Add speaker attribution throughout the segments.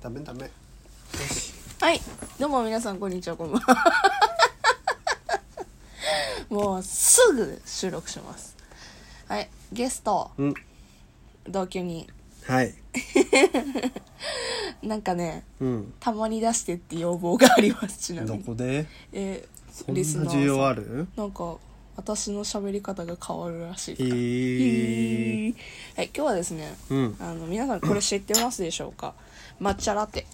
Speaker 1: ダメダメ
Speaker 2: はいどうも皆さんこんにちはこん ばんはもうすぐ収録しますはいゲスト
Speaker 1: うん
Speaker 2: 同居人
Speaker 1: はい
Speaker 2: なんかね
Speaker 1: うん
Speaker 2: たまに出してって要望がありますちなみ
Speaker 1: ど
Speaker 2: に
Speaker 1: こで
Speaker 2: え
Speaker 1: そ
Speaker 2: ー、
Speaker 1: んな
Speaker 2: リスナーさ
Speaker 1: 需要ある
Speaker 2: なんか私の喋り方が変わるらしい
Speaker 1: え
Speaker 2: から、
Speaker 1: ー、
Speaker 2: はい、今日はですね、
Speaker 1: うん
Speaker 2: あの皆さんこれ知ってますでしょうか抹茶ラテ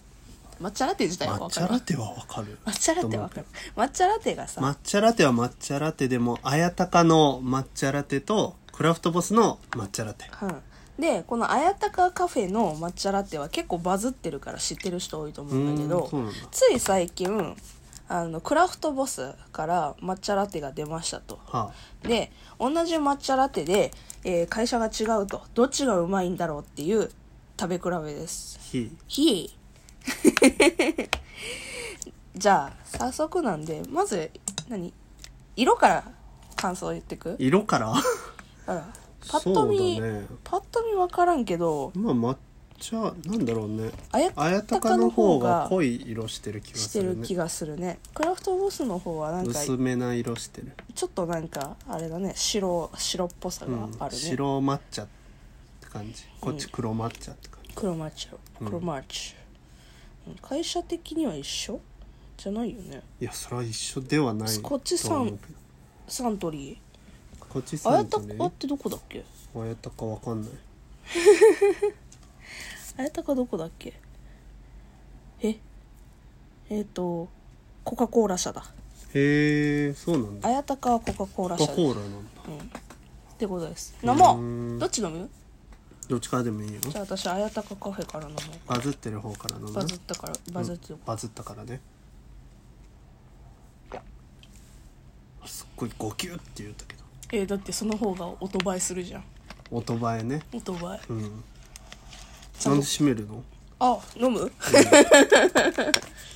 Speaker 2: 抹茶ラテ自体は分
Speaker 1: 抹
Speaker 2: か
Speaker 1: 茶
Speaker 2: る
Speaker 1: ラテはわかる
Speaker 2: 抹茶ラテは分かる抹茶ラテがさ、
Speaker 1: 抹茶ラテは抹茶ラテでも綾鷹の抹茶ラテとクラフトボスの抹茶ラテ
Speaker 2: うん、でこの綾鷹カフェの抹茶ラテは結構バズってるから知ってる人多いと思うんだけ
Speaker 1: うー
Speaker 2: ど
Speaker 1: んそうなんだ
Speaker 2: つい最近あのクラフトボスから抹茶ラテが出ましたと
Speaker 1: は
Speaker 2: で同じ抹茶ラテで、えー会社が違うとどっちがうまいんだろうっていう食べ比べです
Speaker 1: あひ
Speaker 2: ひえ じゃあ早速なんでまず何色から感想を言ってく
Speaker 1: 色から
Speaker 2: あらパッと見、
Speaker 1: そうだね
Speaker 2: パッと見分からんけど
Speaker 1: まあ抹茶なんだろうね
Speaker 2: あや
Speaker 1: 綾鷹の方が濃い色してる気が
Speaker 2: し
Speaker 1: す
Speaker 2: て
Speaker 1: る
Speaker 2: る
Speaker 1: ね
Speaker 2: 気がするねクラフトボスの方はなんか
Speaker 1: 薄めな色してる、
Speaker 2: ちょっとなんかあれだね白白っぽさ
Speaker 1: う
Speaker 2: が
Speaker 1: ん
Speaker 2: あるね、
Speaker 1: 白抹茶って感じこっち黒抹茶って感じ、
Speaker 2: 黒マッチ
Speaker 1: うん
Speaker 2: 黒マッチ、うん会社的には一緒じゃないよね
Speaker 1: いやそれは一緒ではない
Speaker 2: こっちさん
Speaker 1: と思うけど
Speaker 2: サントリ
Speaker 1: こっち
Speaker 2: ーあ
Speaker 1: さ
Speaker 2: や
Speaker 1: ん
Speaker 2: た
Speaker 1: と
Speaker 2: か
Speaker 1: ね
Speaker 2: ってどこだっけ
Speaker 1: 綾鷹わかんない
Speaker 2: あやたかどこだっけええっ、とコカ・コーラ社だ
Speaker 1: へえそうなんだ
Speaker 2: あやたかはコカ・コーラ
Speaker 1: コ
Speaker 2: 社
Speaker 1: カ・
Speaker 2: だ
Speaker 1: コ
Speaker 2: っ
Speaker 1: ーラなんだ
Speaker 2: てことです飲
Speaker 1: うー
Speaker 2: も
Speaker 1: ん
Speaker 2: うどっち飲む
Speaker 1: どっちからでもいいよ
Speaker 2: じゃあ私あやたかカフェから飲もう
Speaker 1: バズってる方から飲む
Speaker 2: バズったからバズってよ、
Speaker 1: バズったからねすっごい「ゴキュッ」って言ったけど
Speaker 2: えーだってその方が音映えするじゃん
Speaker 1: 音映えね
Speaker 2: 音映え
Speaker 1: うん
Speaker 2: ちゃ
Speaker 1: なんん
Speaker 2: と
Speaker 1: で閉めるの
Speaker 2: あ飲む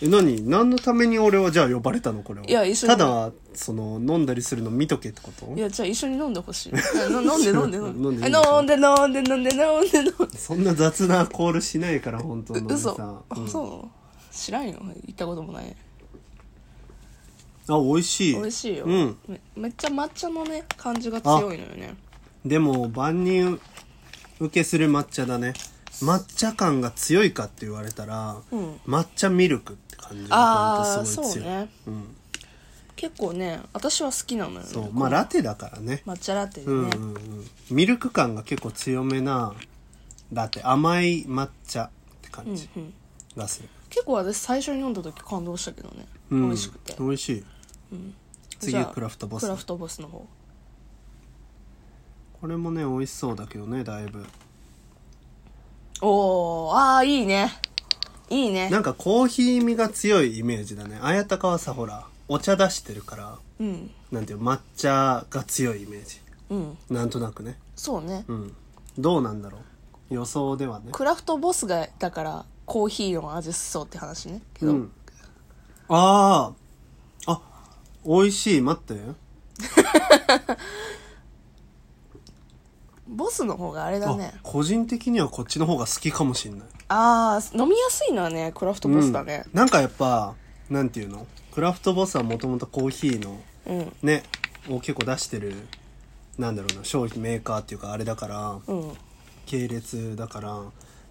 Speaker 1: え何何のために俺はじゃあ呼ばれたのこれはい
Speaker 2: や一緒
Speaker 1: た
Speaker 2: に
Speaker 1: だその飲んだりするの見とけってこと
Speaker 2: いやじゃあ一緒に飲んで ほしいな飲んで飲んで飲んで
Speaker 1: 飲
Speaker 2: 飲
Speaker 1: ん
Speaker 2: んで飲んで飲んで飲んで飲んで
Speaker 1: そんな雑なコールしないから本当の
Speaker 2: 嘘
Speaker 1: さ、
Speaker 2: あ
Speaker 1: うん
Speaker 2: そう知らんよ行ったこともない
Speaker 1: あ美味しい
Speaker 2: 美味しいよ、
Speaker 1: うん
Speaker 2: めめっちゃ抹茶のね感じが強いのよね
Speaker 1: でも万人受けする抹茶だね抹茶感が強いかって言われたら、
Speaker 2: ん
Speaker 1: 抹茶ミルクって感じが
Speaker 2: ああ
Speaker 1: ほ
Speaker 2: ー
Speaker 1: んとす
Speaker 2: そ
Speaker 1: ごい強いう
Speaker 2: ね
Speaker 1: うん、
Speaker 2: 結構ね私は好きなのよね
Speaker 1: そうまあラテだからね
Speaker 2: 抹茶ラテでね、
Speaker 1: うんうんうんミルク感が結構強めなラテ甘い抹茶って感じ
Speaker 2: うんうん
Speaker 1: がする、
Speaker 2: 結構私最初に飲んだ時感動したけどね、
Speaker 1: うん
Speaker 2: 美味しくて
Speaker 1: 美味しい次
Speaker 2: じゃあ
Speaker 1: はクラフトボ
Speaker 2: ク
Speaker 1: ス
Speaker 2: ラフトボスの方
Speaker 1: これもね美味しそうだけどねだいぶ
Speaker 2: おーああいいねいいね
Speaker 1: なんかコーヒー味が強いイメージだね綾鷹はさほらお茶出してるから
Speaker 2: うん
Speaker 1: なんていうの抹茶が強いイメージ
Speaker 2: うん
Speaker 1: なんとなくね
Speaker 2: そうね、
Speaker 1: うんどうなんだろう予想ではね
Speaker 2: クラフトボスがだからコーヒーの味しそうって話ねけど、
Speaker 1: うんあああ美味しい待って
Speaker 2: ボスの方があれだね
Speaker 1: あ個人的にはこっちの方が好きかもしんない
Speaker 2: ああ飲みやすいのはねクラフトボスだね
Speaker 1: うんなんかやっぱなんていうのクラフトボスはもともとコーヒーの
Speaker 2: うん
Speaker 1: ねを結構出してるなんだろうな商品メーカーっていうかあれだから
Speaker 2: うん、
Speaker 1: 系列だから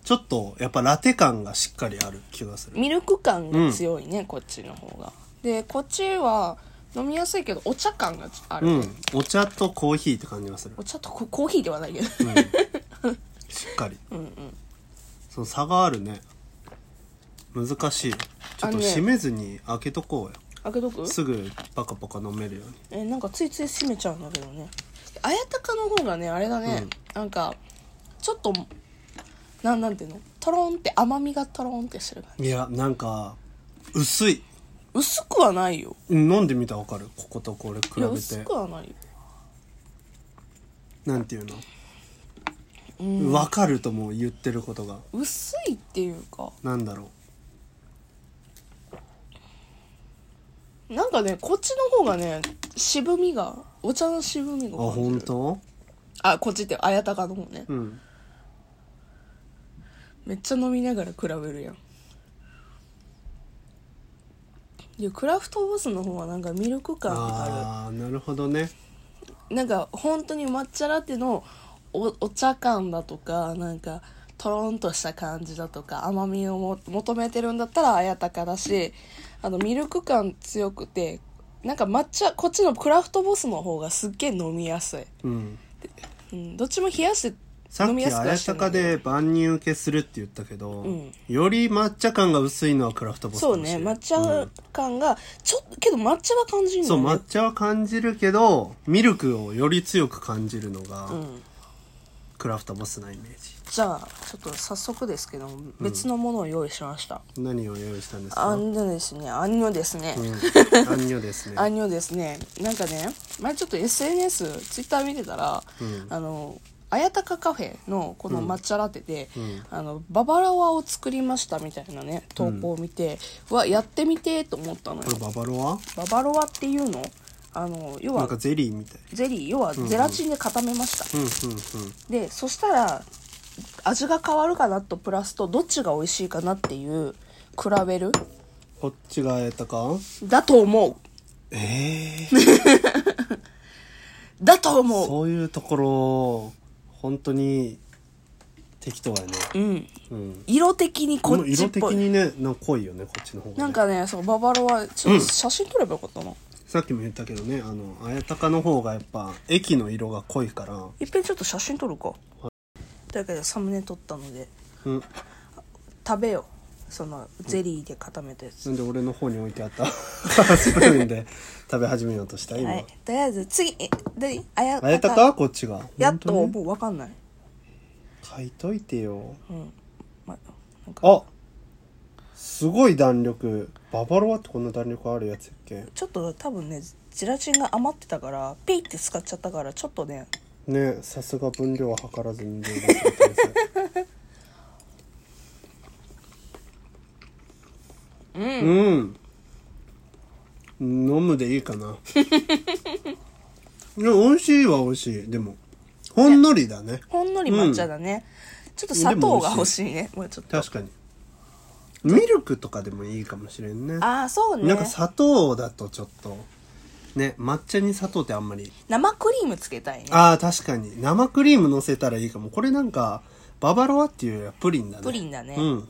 Speaker 1: ちょっとやっぱラテ感がしっかりある気がする
Speaker 2: ミルク感が強いね、こっちの方がでこっちは飲みやすいけどお茶感がある、
Speaker 1: う
Speaker 2: ね
Speaker 1: んお茶とコーヒーって感じがする
Speaker 2: お茶とココーヒーではないけど
Speaker 1: しっかりその差があるね難しいちょ
Speaker 2: あ
Speaker 1: っ
Speaker 2: の
Speaker 1: と
Speaker 2: ね
Speaker 1: 閉めずに開けとこうよ
Speaker 2: 開けとく
Speaker 1: すぐパカパカ飲めるように
Speaker 2: えなんかついつい閉めちゃうんだけどね綾鷹の方がねあれだね、なんかちょっとなんなんていうのトロンって甘みがトロンってしてる感じ
Speaker 1: いやなんか薄い
Speaker 2: 薄くはないよ
Speaker 1: うん飲んでみたらわかるこことこれ比
Speaker 2: いや
Speaker 1: べ
Speaker 2: 薄
Speaker 1: て
Speaker 2: くはないよ
Speaker 1: なんていうのわかるともう言ってることが
Speaker 2: 薄いっていうか
Speaker 1: なんだろ
Speaker 2: なんかねこっちの方がね渋みがお茶の渋みが
Speaker 1: うあ
Speaker 2: 感じる
Speaker 1: 本当
Speaker 2: あこっちって綾鷹の方ね、
Speaker 1: うん
Speaker 2: めっちゃ飲みながら比べるやんでクラフトボスの方はなんかミルク感があ
Speaker 1: ああなるほどね
Speaker 2: るなんか本当に抹茶ラテのおお茶感だとかなんかとろんとした感じだとか甘みをも求めてるんだったら綾鷹だしあのミルク感強くてなんか抹茶こっちのクラフトボスの方がすっげえ飲みやすい、
Speaker 1: うん
Speaker 2: うん、どっちも冷やして
Speaker 1: さ
Speaker 2: 飲
Speaker 1: っ
Speaker 2: み
Speaker 1: き
Speaker 2: やすく
Speaker 1: 綾
Speaker 2: はしてん
Speaker 1: 鷹
Speaker 2: だけど
Speaker 1: で万人受けするって言ったけど、
Speaker 2: ん
Speaker 1: より抹茶感が薄いのはクラフトボスか
Speaker 2: そう
Speaker 1: もし
Speaker 2: ね
Speaker 1: れない
Speaker 2: 抹茶感がちょっとけど抹茶は感じる
Speaker 1: そう
Speaker 2: の
Speaker 1: 抹茶は感じるけどミルクをより強く感じるのが、
Speaker 2: ん
Speaker 1: クラフトボスなイメー
Speaker 2: じゃあちょっと早速ですけども別のものを用意しました、
Speaker 1: ジ何を用意したんですか
Speaker 2: あんのですねあんのですね、
Speaker 1: うん、アンニョですね
Speaker 2: あんのですねなんかね前ちょっと SNS ツイッター見てたら、
Speaker 1: うん
Speaker 2: あの綾鷹カフェのこの抹茶ラテで、
Speaker 1: うん
Speaker 2: あのババラワを作りましたみたいなね投稿を見て、うわやってみてと思ったのよ
Speaker 1: これババロア
Speaker 2: ババロワっていうのあの要
Speaker 1: なん
Speaker 2: は
Speaker 1: かゼリーみたい
Speaker 2: ゼリー要はゼラチンで固めました、
Speaker 1: うんうんうん
Speaker 2: でそしたら味が変わるかなとプラスとどっちが美味しいかなっていう比べる
Speaker 1: こっちが綾鷹
Speaker 2: だと思う
Speaker 1: ええ
Speaker 2: だと思う
Speaker 1: そういうところ本当に適当やね
Speaker 2: うん
Speaker 1: うん
Speaker 2: 色的に
Speaker 1: こ
Speaker 2: こっ
Speaker 1: の
Speaker 2: ちっ
Speaker 1: 色
Speaker 2: ぽ
Speaker 1: 的
Speaker 2: い
Speaker 1: にねなんか濃いよねこっちの方が、ね、
Speaker 2: なんかねそうババロはちょっと写真撮ればよかったな、
Speaker 1: さっきも言ったけどねあの綾鷹の方がやっぱ液の色が濃いから
Speaker 2: いっぺんちょっと写真撮るか、というわけでサムネ撮ったので
Speaker 1: うん
Speaker 2: 食べようそのゼリーで固めたやつ、
Speaker 1: なんで俺の方に置いてあった スプーンで食べ始めようとした今、
Speaker 2: はいとりあえず次え何あや
Speaker 1: あやたかこっちが
Speaker 2: やっと
Speaker 1: 本当
Speaker 2: も
Speaker 1: に
Speaker 2: う分かんない、
Speaker 1: 書いといてよ
Speaker 2: うんま、なんか
Speaker 1: あすごい弾力ババロアってこんな弾力あるやつやっけ
Speaker 2: ちょっと多分ねゼラチンが余ってたからピーって使っちゃったからちょっとね
Speaker 1: ねさすが分量は測らずに量がする天才うん、飲むでいいかな いや美味しいは美味しいでもほんのりだね
Speaker 2: ほんのり抹茶だね、ちょっと砂糖が欲しいねもうちょっと
Speaker 1: 確かにミルクとかでもいいかもしれんね
Speaker 2: ああそう
Speaker 1: なん
Speaker 2: ね
Speaker 1: か砂糖だとちょっとね抹茶に砂糖ってあんまり
Speaker 2: 生クリームつけたいね
Speaker 1: ああ確かに生クリーム乗せたらいいかもこれなんかババロアっていうよりはプリンだね
Speaker 2: プリンだね
Speaker 1: うん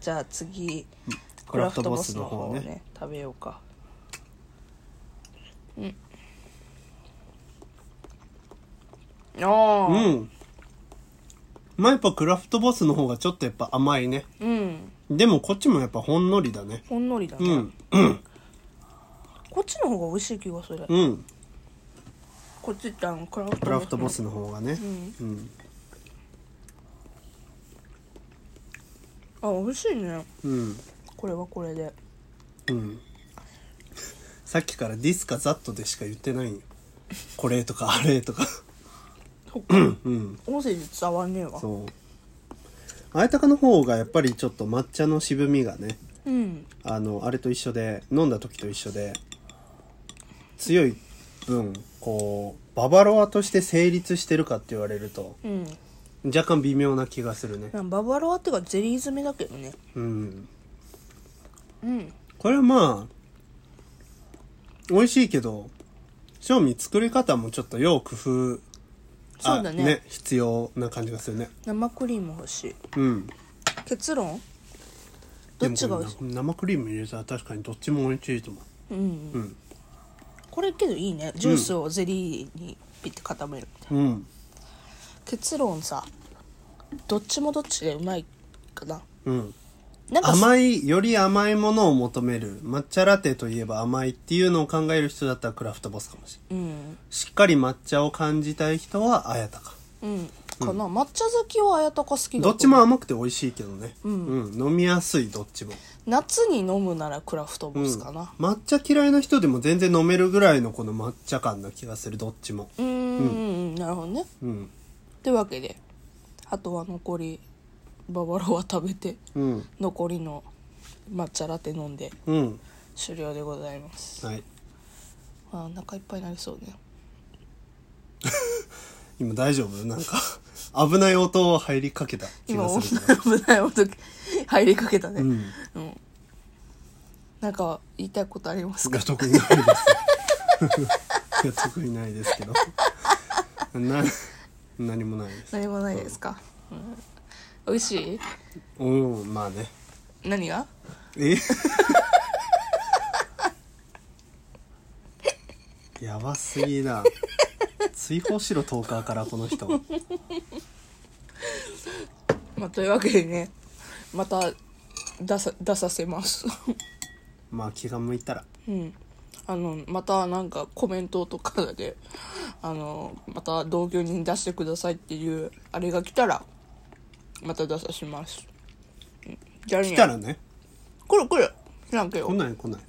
Speaker 2: じゃあ次
Speaker 1: クラフトボスの方ね
Speaker 2: 食べようか
Speaker 1: うん
Speaker 2: うんあ
Speaker 1: まあやっぱクラフトボスの方がちょっとやっぱ甘いね
Speaker 2: あうん
Speaker 1: でもこっちもやっぱほんのりだね
Speaker 2: ほんのりだ
Speaker 1: う
Speaker 2: ね、
Speaker 1: ん
Speaker 2: こっちの方が美味しい気がする、
Speaker 1: うん
Speaker 2: こっちってあのクラフトボス
Speaker 1: クラフトボスの方がねうん
Speaker 2: あ美味しいね
Speaker 1: うん
Speaker 2: これはこれで
Speaker 1: うんさっきからディスかザットでしか言ってないんよこれとかあれとか
Speaker 2: そっか音声で伝わんねえわ
Speaker 1: そうあやたかの方がやっぱりちょっと抹茶の渋みがね
Speaker 2: うん
Speaker 1: あのあれと一緒で飲んだ時と一緒で強い分こうババロアとして成立してるかって言われると
Speaker 2: うん
Speaker 1: 若干微妙な気がするね
Speaker 2: なんかババロアってかゼリー詰めだけどね
Speaker 1: うん
Speaker 2: うん
Speaker 1: これはまあ美味しいけど賞味作り方もちょっとよう工夫あ
Speaker 2: そうだね
Speaker 1: 必要な感じがするね
Speaker 2: 生クリーム欲しい
Speaker 1: うん
Speaker 2: 結論どっちが美味しい
Speaker 1: でもこれ生クリーム入れたら確かにどっちも美味しいと思う
Speaker 2: うん、
Speaker 1: うん
Speaker 2: これけどいいねジュースをゼリーにピッて固めるみたいな、
Speaker 1: うん
Speaker 2: 結論さどっちもどっちでうまいかな
Speaker 1: うん
Speaker 2: なんか
Speaker 1: 甘いより甘いものを求める抹茶ラテといえば甘いっていうのを考える人だったらクラフトボスかもしれない
Speaker 2: うん
Speaker 1: しっかり抹茶を感じたい人はあやたか
Speaker 2: うんかな、抹茶好きは綾鷹好きだと思う
Speaker 1: どっちも甘くて美味しいけどねうん、飲みやすいどっちも
Speaker 2: 夏に飲むならクラフトボスかな
Speaker 1: 抹茶嫌いな人でも全然飲めるぐらいのこの抹茶感な気がするどっちも
Speaker 2: うーん、ん、なるほどね
Speaker 1: うん
Speaker 2: というわけであとは残りババロア食べて
Speaker 1: うん
Speaker 2: 残りの抹茶ラテ飲んで
Speaker 1: うん
Speaker 2: 終了でございます
Speaker 1: はい
Speaker 2: あお腹いっぱいになりそうね
Speaker 1: 今大丈夫なんか 危ない音を入りかけた気
Speaker 2: 今
Speaker 1: がする
Speaker 2: 危ない音入りかけたね、
Speaker 1: うん
Speaker 2: うんなんか言いたいことありますか
Speaker 1: が特にないです。 が特にないですけど。な何もないです。
Speaker 2: 何もないですか、うん、美味し
Speaker 1: おおまあね。
Speaker 2: い何が
Speaker 1: え やばすぎだ。追放しろトーカーからこの人。
Speaker 2: まあというわけでねまた出さ出させます
Speaker 1: まあ気が向いたら。
Speaker 2: うんあのまたなんかコメントとかであのまた同居人出してくださいっていうあれが来たらまた出さします、うんじゃあね
Speaker 1: 来たらね。
Speaker 2: 来る来る知らんけど
Speaker 1: 来ない来ない。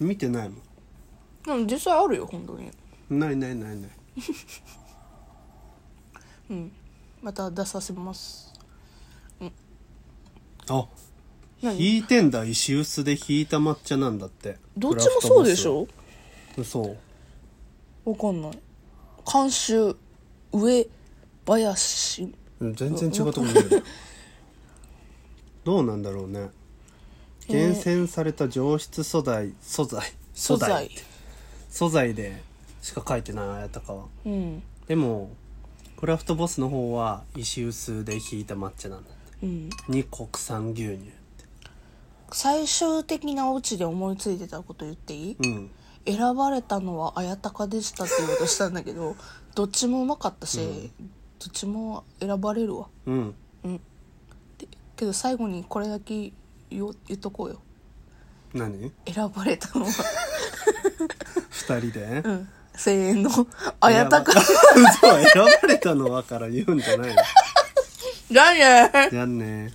Speaker 1: 見てないも
Speaker 2: でも実際あるよ本当に
Speaker 1: ん。ないないないない。
Speaker 2: また出させます
Speaker 1: あ
Speaker 2: 何
Speaker 1: 引いてんだ石臼で引いた抹茶なんだって。
Speaker 2: どっちもそうでしょ
Speaker 1: そう。
Speaker 2: わかんない監修上林
Speaker 1: うん全然違うとこ見えるどうなんだろうね
Speaker 2: えー
Speaker 1: 厳選された上質素材素材
Speaker 2: 素材
Speaker 1: って素材でしか書いてない綾鷹は
Speaker 2: うん
Speaker 1: でもクラフトボスの方は石臼でひいた抹茶なんだって
Speaker 2: うん
Speaker 1: に国産牛乳っ
Speaker 2: 最終的なオチで思いついてたこと言っていい、
Speaker 1: てうん
Speaker 2: 選ばれたのは綾鷹でしたって言おうとしたんだけど どっちもうまかったし、どっちも選ばれるわ
Speaker 1: うん
Speaker 2: でけど最後にこれだけ言お言っとこうよ
Speaker 1: 何
Speaker 2: 選ばれたのは
Speaker 1: 二人で
Speaker 2: うん声援の綾鷹
Speaker 1: 選ば嘘選ばれたのはから言うんじゃないの
Speaker 2: じゃあね
Speaker 1: じゃあね